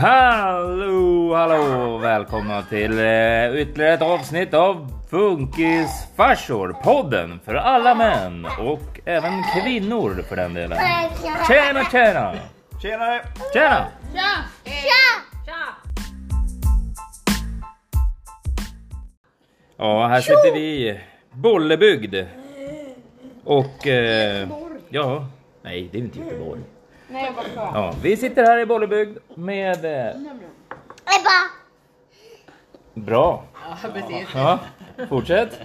Hallå, hallå! Välkomna till eh, ytterligare ett avsnitt av Funkisfarsor, podden för alla män och även kvinnor för den delen. Tjena, tjena! Tjenare! Tjena! Tja! Tja! Ja, här sitter vi i Bollebygd. Och... Eh, ja, nej, det är inte Göteborg. Nej, vad bra. Ja, vi sitter här i Bollebygd med... Eh, Ebba! bra! Ja, precis. Ja, fortsätt!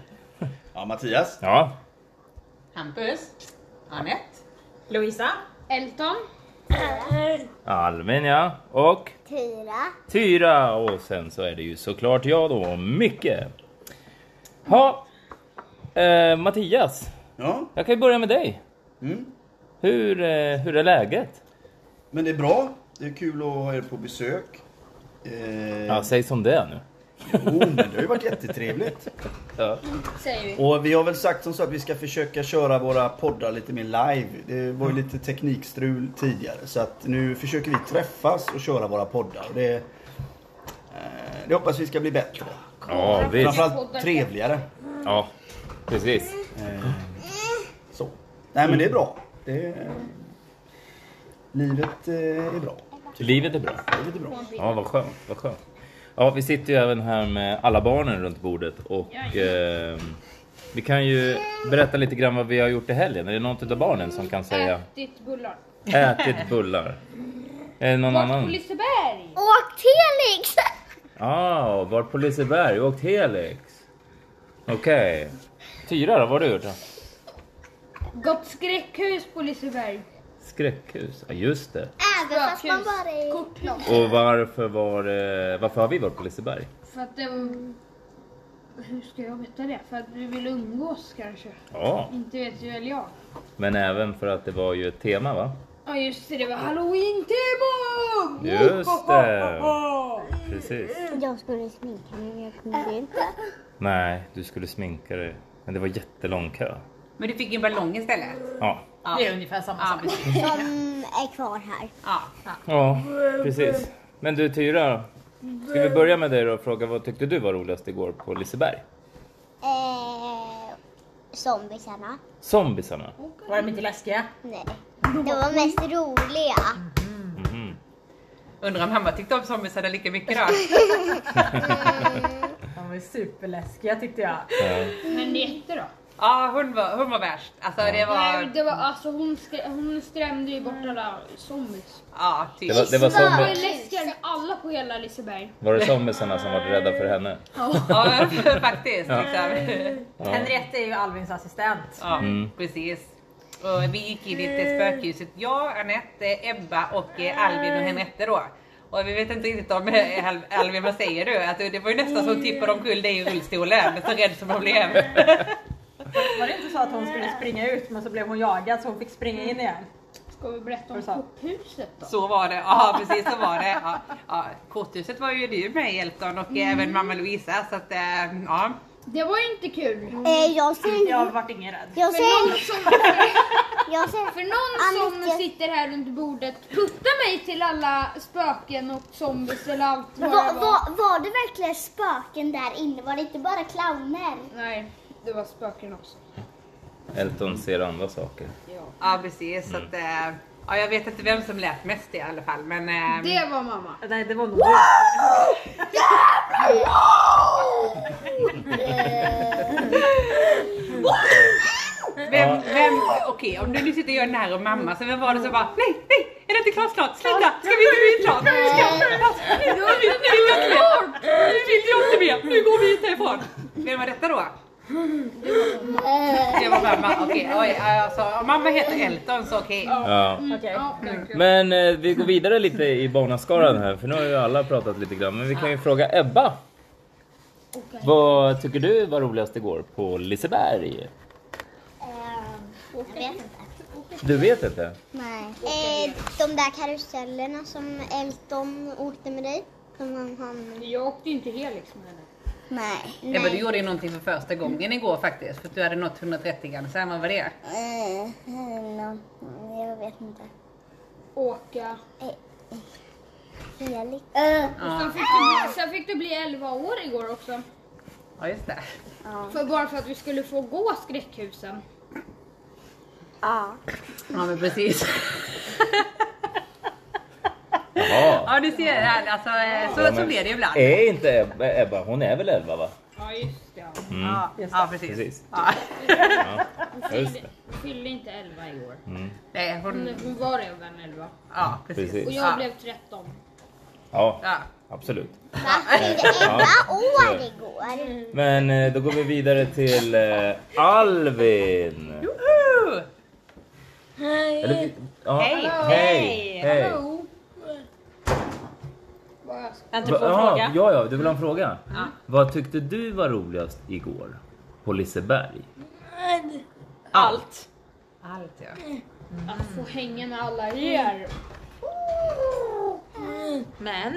Ja, Mattias. Ja, Hampus. Anette. Elton. Alvin ja, och... Tyra. Tyra och sen så är det ju såklart jag då, Micke. Ja, eh, Mattias, Ja, jag kan ju börja med dig. mm. Hur, eh, hur är läget? men det är bra. Det är kul att ha er på besök. Eh, Ja, säg som det är nu. jo, men det har ju varit jättetrevligt. Ja. Säger vi. Och vi har väl sagt som så att vi ska försöka köra våra poddar lite mer live. Det var ju lite teknikstrul tidigare så att nu försöker vi träffas och köra våra poddar. Och Det, eh, det hoppas vi ska bli bättre. Ja, visst. Framförallt trevligare. Ja, precis. Så. Nej men det är bra. Det, eh, livet eh, är bra. Livet är bra. Livet är bra. Ja, vad skönt, vad skönt. Ja, vi sitter ju även här med alla barnen runt bordet och eh, vi kan ju berätta lite grann vad vi har gjort i helgen. Är det någon av barnen som kan säga Ätit bullar. ätit bullar? Är det någon Vart på annan? Liseberg? Och Telix! Ja, ah, varit på Liseberg och åkt Helix. Okej. Tyra då, vad har du gjort då? Gått skräckhus på Liseberg. Skräckhus, ja just det. Även fast man Spökhus. bara är... Korthus. Och varför var det- varför har vi varit på Liseberg? För att det var... Hur ska jag veta det? För att vi vill umgås kanske. Ja, Inte vet ju väl jag. men även för att det var ju ett tema va? Ja just det, det var halloween-tema! Just det. Precis. Jag skulle sminka mig men jag kunde inte. Nej, du skulle sminka dig. Men det var jättelång kö. Men du fick ju en ballong istället. Ja, Ja. Det är ungefär samma Ja, sak. precis. Som mm, är kvar här. Ja. ja precis. Men du Tyra, ska vi börja med dig då och fråga vad tyckte du var roligast igår på Liseberg? Eh, zombisarna. Zombisarna? Var de inte läskiga? Nej. De var mest roliga. Mhm. Undrar om mamma tyckte om zombisarna lika mycket då? De var ju superläskiga tyckte jag. Ja. Men Jette då? Ja, hon var, hon var värst. Alltså det Nej, var... det var alltså hon, skrä- hon skrämde ju bort alla zombies. Ja, typ. Det var, det var, Hon var ju zombi- läskigare än alla på hela Liseberg. var det zombiesarna som var rädda för henne? Ja, faktiskt. Liksom. Henriette är ju Alvins assistent. Ja, precis. Och vi gick in i det spökhuset. Jag, Anette, Ebba och eh, Alvin och Henriette då. Och vi vet inte riktigt om eh, Al- Alvin, vad säger du? Att det var ju nästan som tippade omkull dig i rullstolen. Så rädd som hon blev. Var det inte så att hon skulle springa ut men så blev hon jagad så hon fick springa in igen? Ska vi berätta om Vad sa du? kopphuset då? Så var det, ja precis så var det. Ja, ja. Korthuset var ju du med Elton och eh, även mamma Louisa så att eh, ja. Det var ju inte kul. Eh, jag ser... Jag vart ingen rädd. Jag För ser... någon som, Jag ser... för någon som Annika. sitter här runt bordet putta mig till alla spöken och zombies eller allt vad Va, det var. va, var det verkligen spöken där inne? Var det inte bara clowner? Nej, det var spöken också. Elton ser andra saker. ja precis. Så att, eh, ja, jag vet inte vem som lät mest i alla fall men eh, Det var mamma. Nej det var nog vem, vem, okej om du nu sitter och gör den här och mamma så vem var det som bara nej, nej, är det inte klart snart? Snälla, ska vi inte bli klart? Ska vi inte bli klart? Nu nu vill jag inte mer! Nu vill jag inte mer! Nu går vi hit härifrån! Vem var detta då? Eh. Det var mamma, okej. oj, alltså, om mamma heter Elton så okej. Ja. Okej. Ja, det var kul. Men eh, vi går vidare lite i barnaskaran här, för nu har ju alla pratat lite grann. Men vi kan ju fråga Ebba. Vad tycker du var roligast igår på Liseberg? Eh, jag vet inte. Du vet inte? Nej. Eh, de där karusellerna som Elton åkte med dig. Som han... han... Jag åkte ju inte liksom. Helix med henne. Nej. Ebba, du gjorde ju någonting för första gången igår faktiskt. För att du hade nått 130 gränsen. Vad var det? Eh, no, jag vet inte. Åka. Felix. Eh. Och sen fick, du, sen fick du bli 11 år igår också. Ja, just det. För bara för att vi skulle få gå skräckhusen. Ja. Ja, men precis. Jaha. Ja, du ser. här, Alltså, eh, så, så blir det ibland. Är inte Ebba, Ebba, hon är väl 11 va? Ja just det. Ja, ja, precis. Precis. Ja. Ja, just det. Hon fyllde inte 11 i år. Mm. Nej, Hon, hon, hon var även 11. ja, precis. Precis. Och jag Ja. blev 13. Ja, Ja. absolut. Va? Fyllde elva år igår. Men eh, då går vi vidare till eh, Alvin. Woohoo! Eller, ja. Hej. Hej! Hej! Hallå. Bara- Vänta Va- på en ja, fråga. Ja, ja, du vill ha en fråga? Ja. Vad tyckte du var roligast igår på Liseberg? Allt. Allt, ja. Att få hänga med alla er. Men.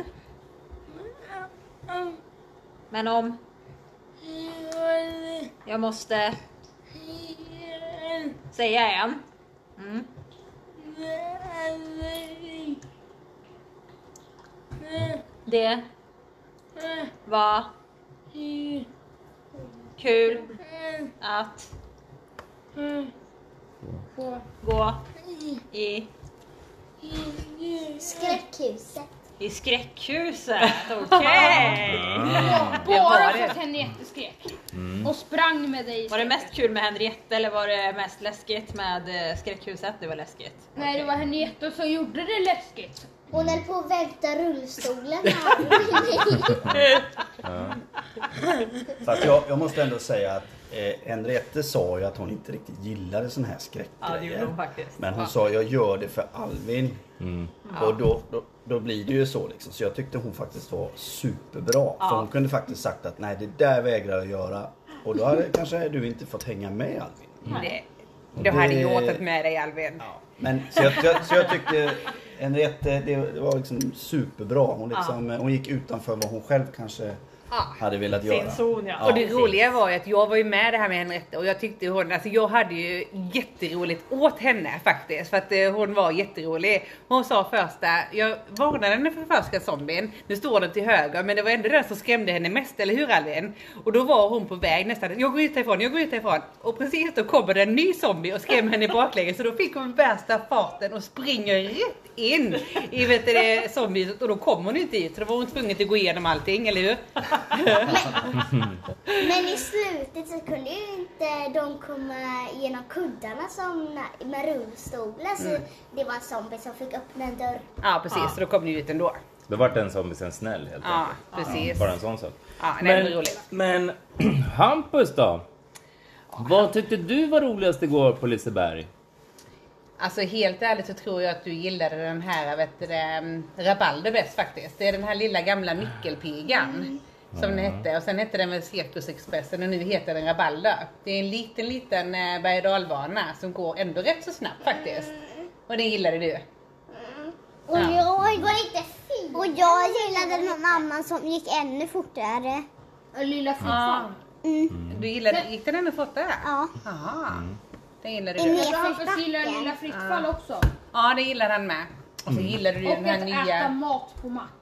Men om jag måste säga en. Mm. Det var kul att På gå i, Skräckhuset. i skräckhuset. Okej! Bara var för det. att Henriette skrek. Och sprang med dig. i Ah. Mm. Var det skräck. mest kul med Henriette eller var det mest läskigt med eh, skräckhuset? Det var läskigt. Nej det var Henriette som gjorde det läskigt. Hon höll på att välta rullstolen här. Fast jag, jag måste ändå säga att eh, Henriette sa ju att hon inte riktigt gillade sån här Ja, det gjorde skräckgrejer. hon faktiskt. Men hon sa jag gör det för Alvin. Mm. Och då, då, då blir det ju så liksom. Så jag tyckte hon faktiskt var superbra. För hon kunde faktiskt sagt att nej det där vägrar jag göra. Och då hade kanske du inte fått hänga med Alvin. Det, då hade Det- jag tagit med dig Alvin. Men, så, jag, så, jag, så jag tyckte Henriette, det, det var liksom superbra. Hon, liksom, hon gick utanför vad hon själv kanske hade velat göra. Sin zon ja. Och det roliga var ju att jag var ju med det här med Henriette och jag tyckte hon, alltså jag hade ju jätteroligt åt henne faktiskt för att eh, hon var jätterolig. Hon sa första, jag varnade henne för första zombien, nu står den till höger men det var ändå den som skrämde henne mest, eller hur Alvin? Och då var hon på väg nästan, jag går ut härifrån, jag går ut härifrån. Och precis då kommer det en ny zombie och skrämmer henne i baklänges så då fick hon värsta farten och springer rätt in i vet du, det, zombiehuset och då kom hon inte dit så då var hon tvungen att gå igenom allting, eller hur? Men i slutet så kunde ju inte de komma genom kuddarna som med rullstolen. Så det var en zombie som fick öppna en dörr. Ja precis, så då kom ni ut ändå. Då vart den zombisen snäll helt Ja, enkelt. precis. Bara en sån sak. Ja, nej, men Men, roligt. men Hampus då? Vad tyckte du var roligast igår på Liseberg? Alltså helt ärligt så tror jag att du gillade den här vet du, det, mm, Rabalder bäst faktiskt. Det är den här lilla gamla nyckelpigan. Mm. Som den hette och sen hette den väl Cirkusexpressen och nu heter den Rabalder. Det är en liten liten eh, berg och dalbana som går ändå rätt så snabbt faktiskt. Och den gillade du. Och Ja. jag, går inte och jag gillade någon annan som gick ännu fortare. Och Äh, lilla flickan. Ah. Mm. Du gillade, gick den ändå fortare? Ja. Jaha. Den gillade Mm. du. Jag Hampus gillar lilla Ah. fritt fall också. Ja det gillade han med. Och Mm. så gillade du Och den här att äta nya. mat på max.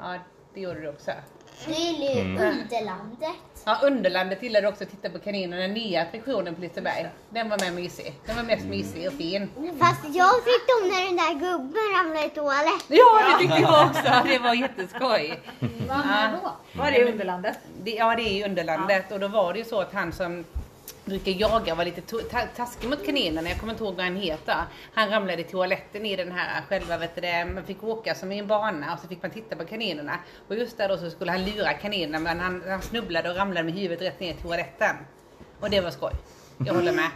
Ja det gjorde du också. Det är ju Mm. Underlandet. Ja, Underlandet gillade också att titta på kaninen, den nya attraktionen på Liseberg. Den var med mysig. Den var mest mysig och fin. Mm. Fast jag fick dem när den där gubben ramlade i toaletten. Ja, det tyckte jag också. Det var jätteskoj. Ah. Vad menar då? Var det Underlandet? Det, ja, det är ju Underlandet och då var det ju så att han som brukar jaga var lite to- ta- taskig mot kaninerna, jag kommer inte ihåg vad han heter. Han ramlade i toaletten i den här själva, vet du det, man fick åka som i en bana och så fick man titta på kaninerna. Och just där då så skulle han lura kaninerna men han, han snubblade och ramlade med huvudet rätt ner i toaletten. Och det var skoj. Jag håller med.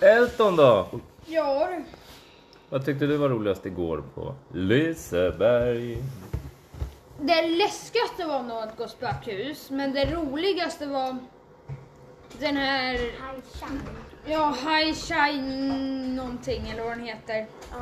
Ja. Elton då? Ja du. Vad tyckte du var roligast igår på Liseberg? Det läskigaste var nog att gå spökhus, men det roligaste var den här, ja, High Shine någonting eller vad den heter. Ja.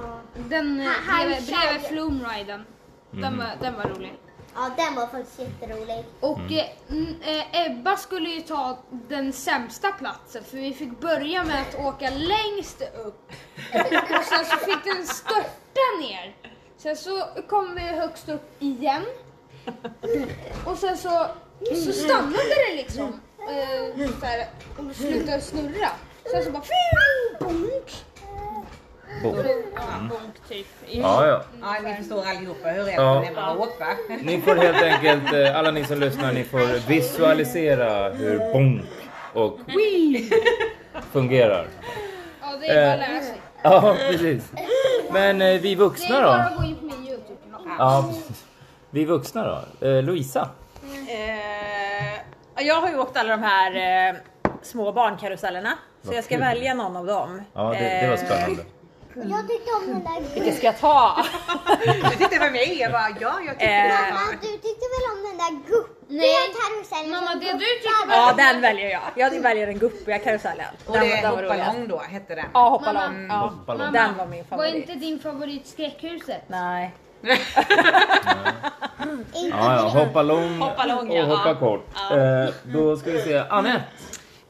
Den eh, Ha- High bredvid, Shine. bredvid Flumriden. Den, var, den var rolig. ja, den var faktiskt jätterolig. Och Mm. eh, n- eh, Ebba skulle ju ta den sämsta platsen för vi fick börja med att åka längst upp och sen så fick den störta ner. Sen så kom vi högst upp igen. Och sen så, så stannade det liksom. Eh, så här, och slutade snurra. Sen så bara... Bonk! Bo. Mm. Ja, bonk typ. Ja, ja. Ja, ni förstår allihopa hur rätt Ja. man är på att hoppa. Ni får helt enkelt, eh, alla ni som lyssnar, ni får visualisera hur bonk och wii fungerar. Ja, det är bara att Eh, lära sig. Ja, precis. Men eh, vi Det är vuxna bara då? att gå in på min Youtube-kanal. Ja, precis. Vi vuxna då? Eh, Louisa? Eh, jag har ju åkt alla de här eh, små barnkarusellerna. Så Vad jag ska kul. välja någon av dem. Ja, det, det var Eh, spännande. Mm. Jag tyckte om den där Vilken Eh, ska jag ta? Du tittar på mig jag bara, ja, jag tycker Eh, Mamma, du tyckte väl om den där guppiga Nej. karusellen? Mamma, som det du guppar? tyckte var- ja, den väljer jag. Jag väljer den guppiga karusellen. Och den, det den är var roligast. hoppalong då, hette den. Ja, hoppalong. Mamma. Ja. Hoppalong. Mamma. Den var min Var favorit. inte din favorit Skräckhuset? Nej. Inte Ja, ja, hoppa lång Hoppa lång, och ja. hoppa kort. Eh, då ska vi se, Anette.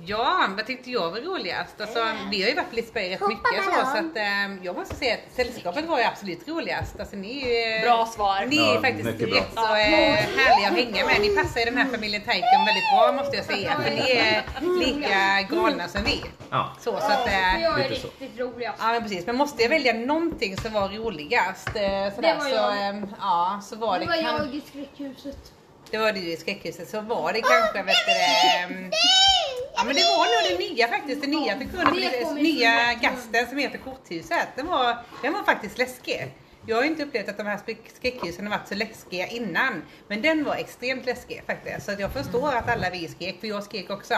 Ja, vad tyckte jag var roligast? Alltså, Eh. vi har ju varit på Liseberg rätt Hoppa mycket så, ballong. så att, eh, jag måste säga att sällskapet var ju absolut roligast. Alltså, ni är ju... Bra svar. Ni är Ja, faktiskt mycket bra. rätt så eh, härliga att hänga med. Ni passar i den här familjen Taikon väldigt bra måste jag säga. För ni är lika galna som vi. Ja, Så, så att, För eh, jag är lite så. riktigt rolig alltså. Ja men precis, men måste jag välja någonting som var roligast? eh, Sådär, Det var så, jag. ehm, ja, så var det, Det var kan... jag i Skräckhuset. det var det ju i skräckhuset, så var det kanske vet du, ehm, Ja men det var nog det nya faktiskt, det nya förkunnandet, Det det kom ju nya från- gasten som heter korthuset. Den var, den var faktiskt läskig. Jag har ju inte upplevt att de här skräck- skräckhusen har varit så läskiga innan. Men den var extremt läskig faktiskt. Så att jag Mm. förstår att alla vi skrek, för jag skrek också.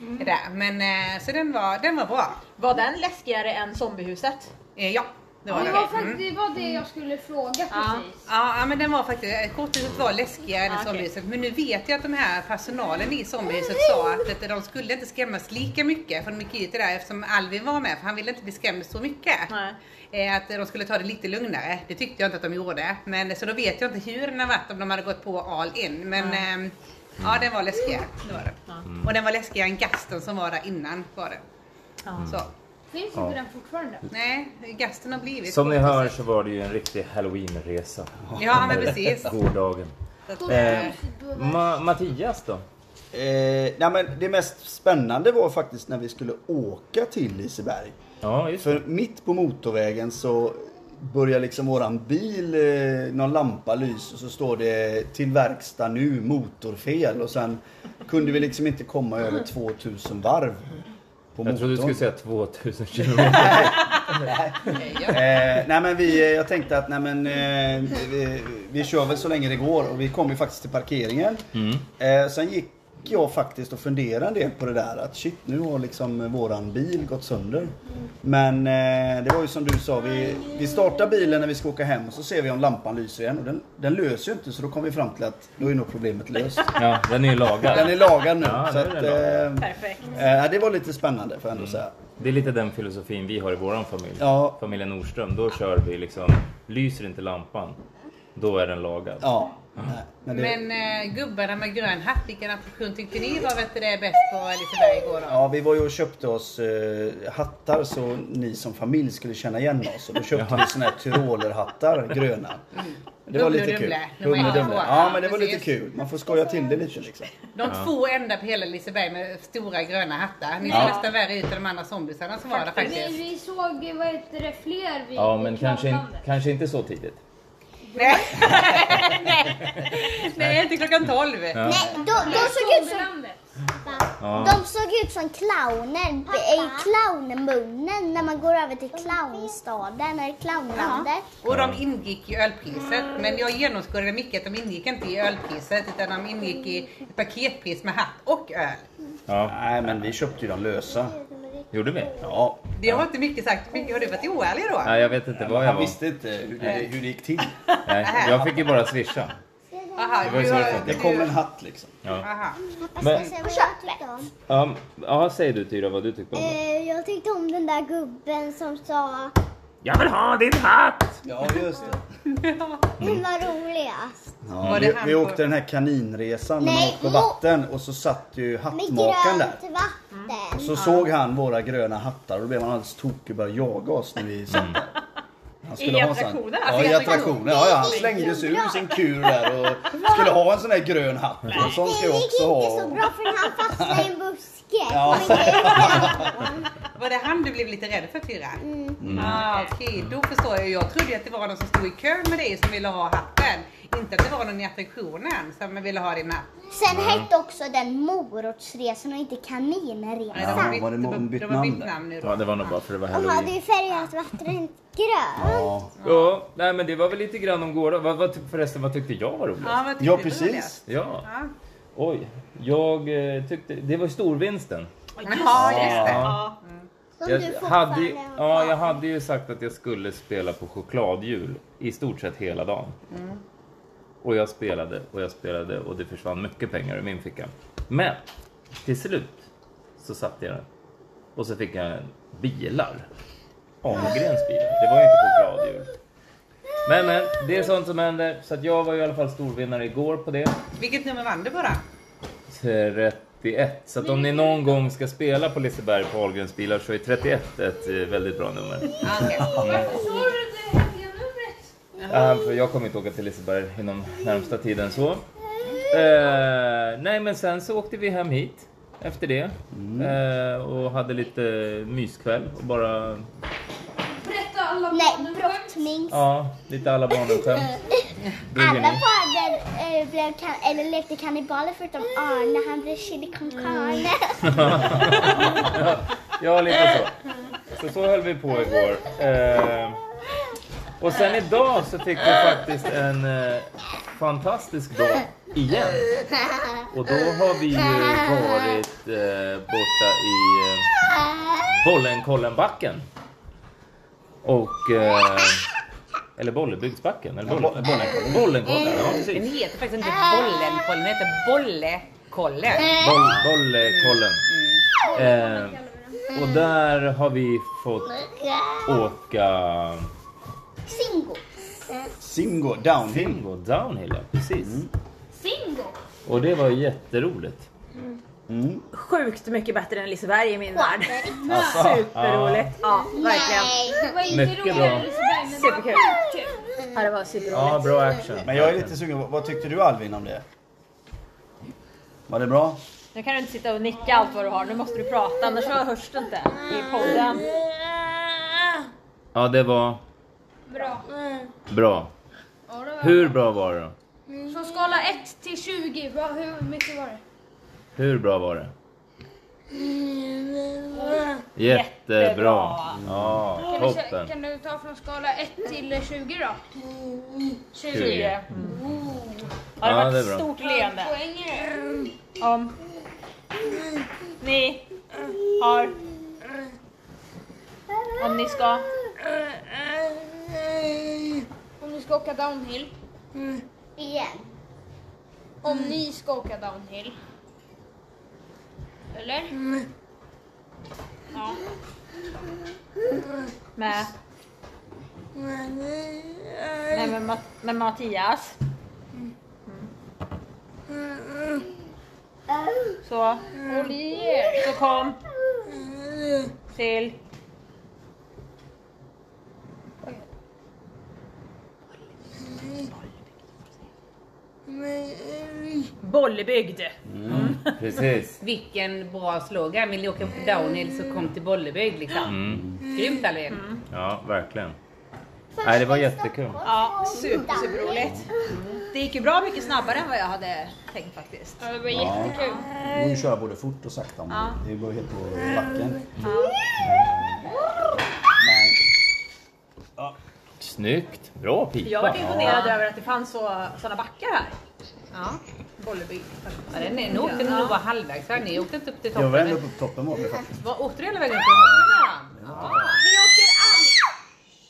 Där. Men, eh, så den var, den var bra. Var den läskigare än zombiehuset? Eh, Ja, det var Det den. var, Mm. faktiskt, det var det jag skulle fråga Ja, precis. ja, ja, men den var faktiskt, eh, korthuset var läskigare än Ah, okej. zombiehuset. Men nu vet jag att de här personalen i zombiehuset sa att vet du, de skulle inte skrämmas lika mycket för de gick ut det där eftersom Alvin var med för han ville inte bli skrämd så mycket. Nej. Eh, Att de skulle ta det lite lugnare. Det tyckte jag inte att de gjorde. Men, så då vet jag inte hur den har varit om de hade gått på all in. Men ehm, ja, den var läskig. Det var det. Och den var läskigare än gasten som var där innan. Var det. Så. Finns inte den fortfarande? Nej, gasten har blivit som ni korthuset. hör så var det ju en riktig halloweenresa. Ja, men precis. Gårdagen. Så att, eh, Eh, Ma- Mattias då? Eh, nej, men det mest spännande var faktiskt när vi skulle åka till Liseberg. Ja, just det. För mitt på motorvägen så börjar liksom våran bil, eh, någon lampa lyser och så står det till verkstad nu, motorfel och sen kunde vi liksom inte komma över 2000 varv på Jag trodde du skulle motorn. säga 2000 kilometer. Eh, nej men vi, eh, jag tänkte att nej men, eh, vi, vi kör väl så länge det går och vi kom ju faktiskt till parkeringen. Mm. Eh, sen gick jag faktiskt och funderade en del på det där att shit nu har liksom eh, våran bil gått sönder. Men eh, det var ju som du sa, vi, vi startar bilen när vi ska åka hem och så ser vi om lampan lyser igen och den, den löser ju inte så då kom vi fram till att då är nog problemet löst. Ja, den är ju Den lagad. är lagad nu. Ja, så nu att, är Mm. den eh, Perfekt. eh, det var lite spännande får jag ändå säga. Det är lite den filosofin vi har i våran familj. Ja. Familjen Nordström, då kör vi liksom, lyser inte lampan, då är den lagad. Ja. nej, men det- Men eh, gubbarna med grön hatt, vilken attraktion tyckte ni var vet du, det bäst på Liseberg igår då? Ja, vi var ju och köpte oss eh, hattar så ni som familj skulle känna igen oss. Och då köpte vi såna här tyrolerhattar, gröna. Det var Humle och lite kul. Dumle, de Humle och här Dumle. två. Ja, men det var lite Precis. kul. Man får skoja till det lite liksom. De två enda på hela Liseberg med stora gröna hattar. Ni såg Ja. nästan värre ut än de andra zombiesarna som var där Vi, faktiskt. vi såg, vad heter det, fler vid Ja, men kanske, Kravlandet. kanske inte så tidigt. Nej, inte klockan 12. Nej, de, de såg ut som... Kravlandet. Ja. De såg ut som clowner i clownmunnen när man går över till clownstaden eller clownlandet. Och de ingick i ölpriset. Men jag genomskådade mycket att de ingick inte i ölpriset utan de ingick i ett paketpris med hatt och öl. ja. Nej, men vi köpte ju dem lösa. Gjorde vi? Ja. Det har inte mycket sagt. Mycket- Har du varit oärlig då? Nej, jag vet inte vad jag Han var. visste inte hur det, hur det gick till. Nej, jag fick ju bara swisha. Aha, var ju du så det har- Det kom en hatt liksom. Ja. Aha. Men, Ska jag säga vad jag tyckte om? ja, ja, säg du Tyra vad du tyckte om det. Eh, Jag tyckte om den där gubben som sa Jag vill ha din hatt! Ja, just det. Mm. hon var roligast. Ja, Var det vi, han vi på- åkte den här kaninresan när man Nej, åkte på mo- vatten och så satt ju Med hattmakaren där. grönt vatten. Så såg han våra gröna hattar och då blev han alldeles tokig och började jaga oss när vi satt där. Han I en sån- attraktionen, Ja, alltså, i jag attraktionen. Ja, ja, han slängdes ur sin kur där och skulle ha en sån här grön hatt. En sån ska Det gick jag också inte så ha. bra för han fastnade i en buske. Ja. Men det- Var det han du blev lite rädd för Tyra? Mm. Ah, Okej, då förstår jag. Jag trodde att det var någon som stod i kö med dig som ville ha hatten. Inte att det var någon i attraktionen som ville ha din hatt. Sen hette också den morotsresan och inte Nej, kaninresan. Ja, de har var det någon bytt de har namn där? nu då. Ja, det var nog bara för det var De hade halloween. ju färgat vattnet grönt. Ja, Ja, nej men det var väl lite grann om gården. Vad, vad, ty- förresten, vad tyckte jag var roligast? Ja, vad tyckte ja du var precis. roligast? Ja, Ja. oj. Jag eh, tyckte, det var storvinsten. Jaha, just det. Ja. Som Jag du hade, fortfarande har ja, jag kvar. hade ju sagt att jag skulle spela på chokladhjul i stort sett hela dagen. Mm. Och jag spelade och jag spelade och det försvann mycket pengar ur min ficka. Men till slut så satte jag den. Och så fick jag bilar. Ahlgrens bilar. Det var ju inte chokladhjul. Men men, det är sånt som händer. Så att jag var i alla fall storvinnare igår på det. Vilket nummer vann du bara? 31. Så att om ni någon gång ska spela på Liseberg på Ahlgrens bilar så är 31 ett eh, väldigt bra nummer. Ja, okej. Varför sa du det hemliga numret? Ja, för jag kommer inte åka till Liseberg inom närmsta tiden så. Eh, nej men sen så åkte vi hem hit efter det eh, och hade lite myskväll och bara Berätta alla Nej, barnen skämt. brottmings. ja, lite alla barnen skämt. Duger Alla ni? barnen eh, blev kan- eller lekte kannibaler förutom Mm. Arne, han blev chili con carne. Ja lite så. Så så höll vi på igår. Eh, och sen idag så fick vi faktiskt en eh, fantastisk dag igen. Och då har vi ju varit eh, borta i eh, Bollenkollenbacken. Och... Eh, eller Bollebygdsbacken. Eller Bolle, Bollenkollen. Bollenkollen, ja Den precis. heter faktiskt inte Bollenkollen, den heter Bollekollen. Boll, Bollekollen. Eh, och där har vi fått åka Singo. Singo, downhill. Bingo Downhill, ja, precis. Singo? Och det var ju jätteroligt. Mm. Sjukt mycket bättre än Liseberg i min värld. Alltså. Superroligt. Ja, verkligen. Nej. Det var inte Mycket roligare bra. än Liseberg, men det var Superkul. sjukt kul. Ja, det var superroligt. Ja, bra action. Men jag är lite sugen, på- vad tyckte du Alvin om det? Var det bra? Nu kan du inte sitta och nicka allt vad du har. Nu måste du prata, annars så hörs det inte i podden. Ja, det var Bra. bra. Ja, det var Hur bra var det då? Så skala 1 till 20, vad, hur mycket var det? Hur bra var det? Jättebra. Ja, Kan du, sä- toppen. kan du ta från skala 1 till 20 då? 20. Kul. Mm. Ja, det Ja, var det är ett bra. stort leende. Poäng är det. Om ni har... Om ni ska... Om ni ska åka downhill. Igen. Om ni ska åka downhill. Eller? Ja. Med, nej, med, Ma- med Mattias. Så, Oliver. så kom till... Bollebygd. Precis. Vilken bra slogan. Vill ni åka på downhill så kom till Bollebygd liksom. Mm. Grymt Alvin. Ja, verkligen. Nej, det var jättekul. Ja, super, superroligt. Det gick ju bra mycket snabbare än vad jag hade tänkt faktiskt. Ja, det var Ja. jättekul. går ju att köra både fort och sakta. om man- Det går helt på backen. Men Snyggt. Bra pipa. Jag var imponerad över att det fanns så, såna backar här. Ja. Bollebygd. Ja, den är, nu åkte ni nog bara halvvägs va? Ni åkte inte upp till jag toppen. var ändå Men, uppe på toppen var det faktiskt. vad, åkte du hela vägen upp till toppen? Ja. Vi åker alltid.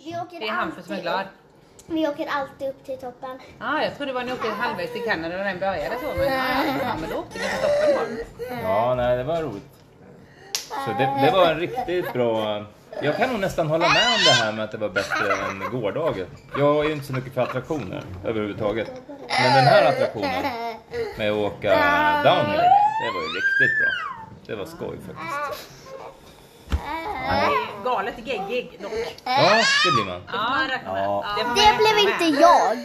Vi åker Det är Hampus som är glad. Vi åker alltid upp till toppen. Ja, jag trodde det var ni åkte halvvägs till Kanada när den började så. Men, ja, ja, men då åkte ni till toppen då. Ja, nej, det var roligt. Så det, det var en riktigt bra... Jag kan nog nästan hålla med om det här med att det var bättre än gårdagen. Jag är ju inte så mycket för attraktioner överhuvudtaget. Men den här attraktionen med att åka downhill, det var ju riktigt bra. Det var skoj faktiskt. Galet geggig dock. Ja, det blir man. Ja, Ja. det, får man Det räkna blev med. inte jag.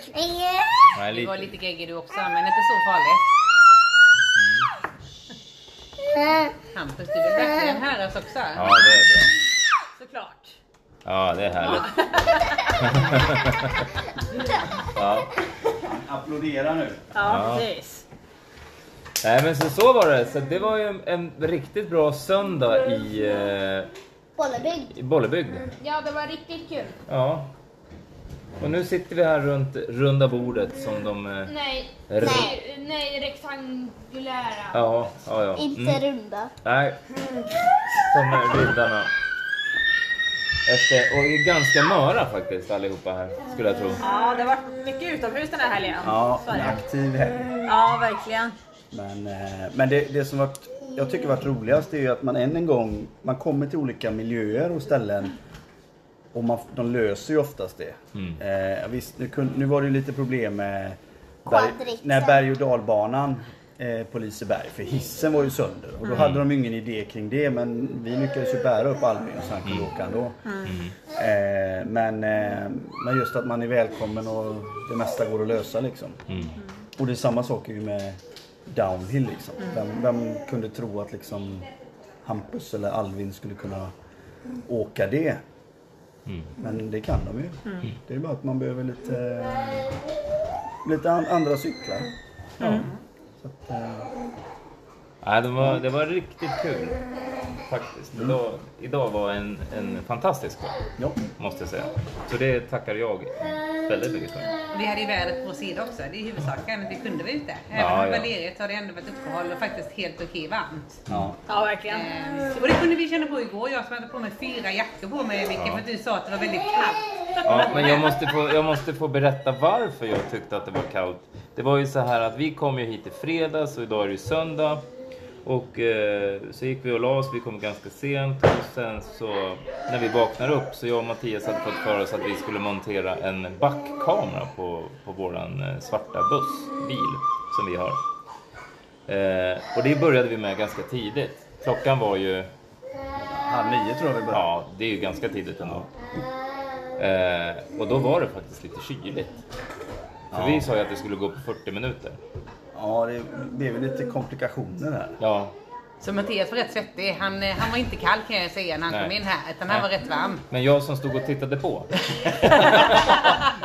Nej, Du var lite. lite geggig du också men inte så farligt. Hampus, du vill verkligen höras också. Ja, det är bra. Såklart. Ja, det är härligt. ja. Applådera nu. Ja. Ja, precis. Nej, men så, så var det. Så det var ju en, en riktigt bra söndag i, eh, Bollebygd. i Bollebygd. Ja, det var riktigt kul. Ja. Och nu sitter vi här runt runda bordet som de... eh, Nej, Är nej, nej rektangulära. Ja, ja, ja. Mm. Inte runda. Nej. Som är bildarna. Efter, och är ganska möra faktiskt allihopa här, skulle jag tro. Ja, det har varit mycket utomhus den här helgen. Ja, Så är en det. aktiv helg. ja verkligen. Men, eh, men det, det som varit, jag tycker varit roligast är ju att man än en gång, man kommer till olika miljöer och ställen och man, de löser ju oftast det. Eh, visst, nu, kun, nu var det ju lite problem med berg, Quadrixen. när berg och dalbanan eh, på Liseberg, för hissen var ju sönder. Och då hade de ju ingen idé kring det men vi lyckades ju bära upp Albin så han kunde åka ändå. Eh, men, eh, men just att man är välkommen och det mesta går att lösa liksom. Och det är samma sak ju med downhill liksom. Vem, vem kunde tro att liksom Hampus eller Alvin skulle kunna åka det? Men det kan de ju. Det är bara att man behöver lite, lite an, andra cyklar. Ja. Så att, eh, Nej, det, var, det var riktigt kul faktiskt. Idag, idag var en, en fantastisk kväll, ja. måste jag säga. Så det tackar jag väldigt mycket för. Vi hade ju vädret på vår sida också, det är huvudsaken. Vi kunde vara ute. Även Ja, om det ja. var lerigt har det ändå varit uppehåll och faktiskt helt okej varmt. Ja. Ja, verkligen. Ehm, Och det kunde vi känna på igår, jag som hade på mig fyra jackor på mig Micke, för att du sa att det var väldigt kallt. Ja, men jag måste, få, jag måste få berätta varför jag tyckte att det var kallt. Det var ju så här att vi kom ju hit i fredags och idag är det ju söndag. Och eh, så gick vi och la oss, vi kom ganska sent och sen så när vi vaknade upp så jag och Mattias hade fått för oss att vi skulle montera en backkamera på, på våran eh, svarta buss, bil, som vi har. Eh, och det började vi med ganska tidigt. Klockan var ju Halv nio tror jag vi började. Ja, det är ju ganska tidigt ändå. Eh, och då var det faktiskt lite kyligt. För vi sa ju att det skulle gå på 40 minuter. Ja, det blev ju lite komplikationer där. Ja, Så Mattias var rätt svettig. Han, eh, han var inte kall kan jag säga när han Nej. kom in här, utan han var Nej. rätt varm. men jag som stod och tittade på.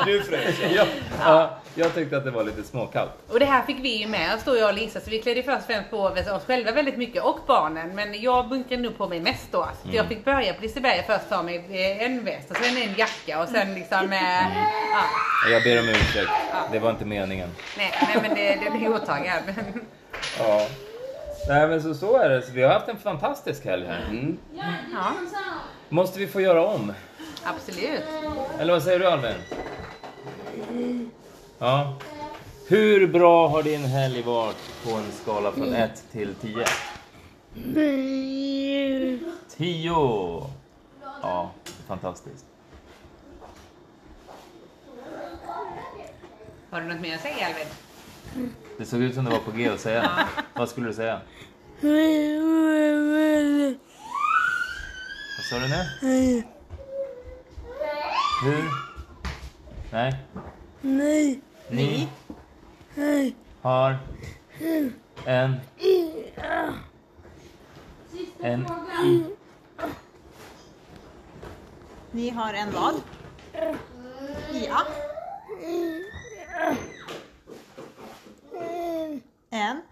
Du frös ja. ja, jag tyckte att det var lite småkallt. Och det här fick vi ju med oss då jag och Lisa, så vi klädde först och främst på oss själva väldigt mycket och barnen. Men jag bunkrade nog på mig mest då. Så Mm. jag fick börja på Liseberg först ta mig eh, en väst och sen en jacka och sen liksom... Eh, ja, Och Jag ber om ursäkt, det var inte meningen. nej, nej men det, det blir åtagad. Men Ja. Nej men så, så är det, så vi har haft en fantastisk helg här. ja, Måste vi få göra om? absolut. Eller vad säger du Albin? Ja. Hur bra har din helg varit på en skala från 1 till 10? 10! Ja, fantastiskt. Har du något mer att säga Alvin? Det såg ut som det var på G att säga något. Vad skulle du säga? Vad sa du nu? Hur? Nej? Nej. Ni? Har? En? En? Ni har en vad? Ja. En.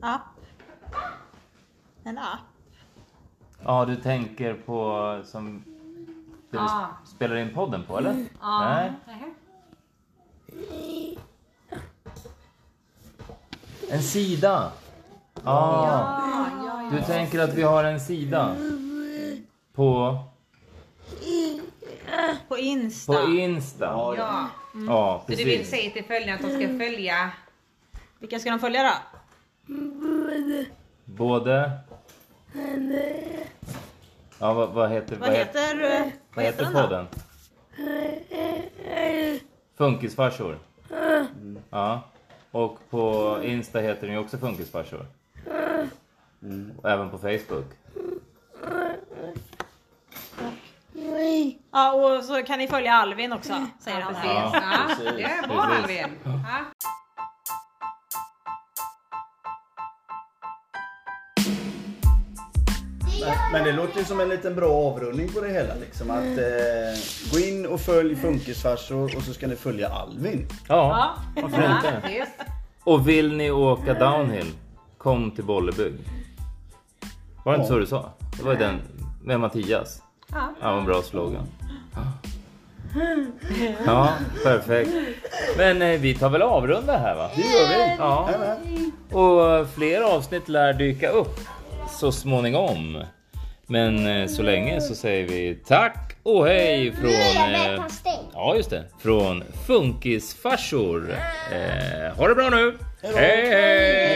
App. En app. Ja, du tänker på som det vi Ah. spelar in podden på, eller? Nej. Nähä. En sida! Ah. Du tänker att vi har en sida på, På Insta. på Insta? Ja, Ja, så du vill precis. säga till följarna att de ska följa Vilka ska de följa då? Både... Ja, vad, vad heter... Vad heter, eh, vad heter då? podden? Funkisfarsor. Mm. Ja. Och på Insta heter den ju också Funkisfarsor. Mm. Och även på Facebook. Ja, och så kan ni följa Alvin också, säger han här. Ja, Ja, precis, det är bra precis. Alvin. Ja. Men, men det låter ju som en liten bra avrundning på det hela liksom. Att eh, gå in och följ Funkisfarsor och så ska ni följa Alvin. Ja, Ja. varför inte? Just. Och vill ni Eh. åka downhill, kom till Bollebygd. Var det inte så du sa? Det var ju den med Mattias. Ja. Ja, en bra slogan. Ja, perfekt. Men eh, vi tar väl avrunda här va? Det gör vi! Ja. Jajamän. Och fler avsnitt lär dyka upp så småningom. Men eh, så länge så säger vi tack och hej från... eh, Leverpastej. Ja, just det. Från Funkisfarsor. Eh, ha det bra nu! hej! hej.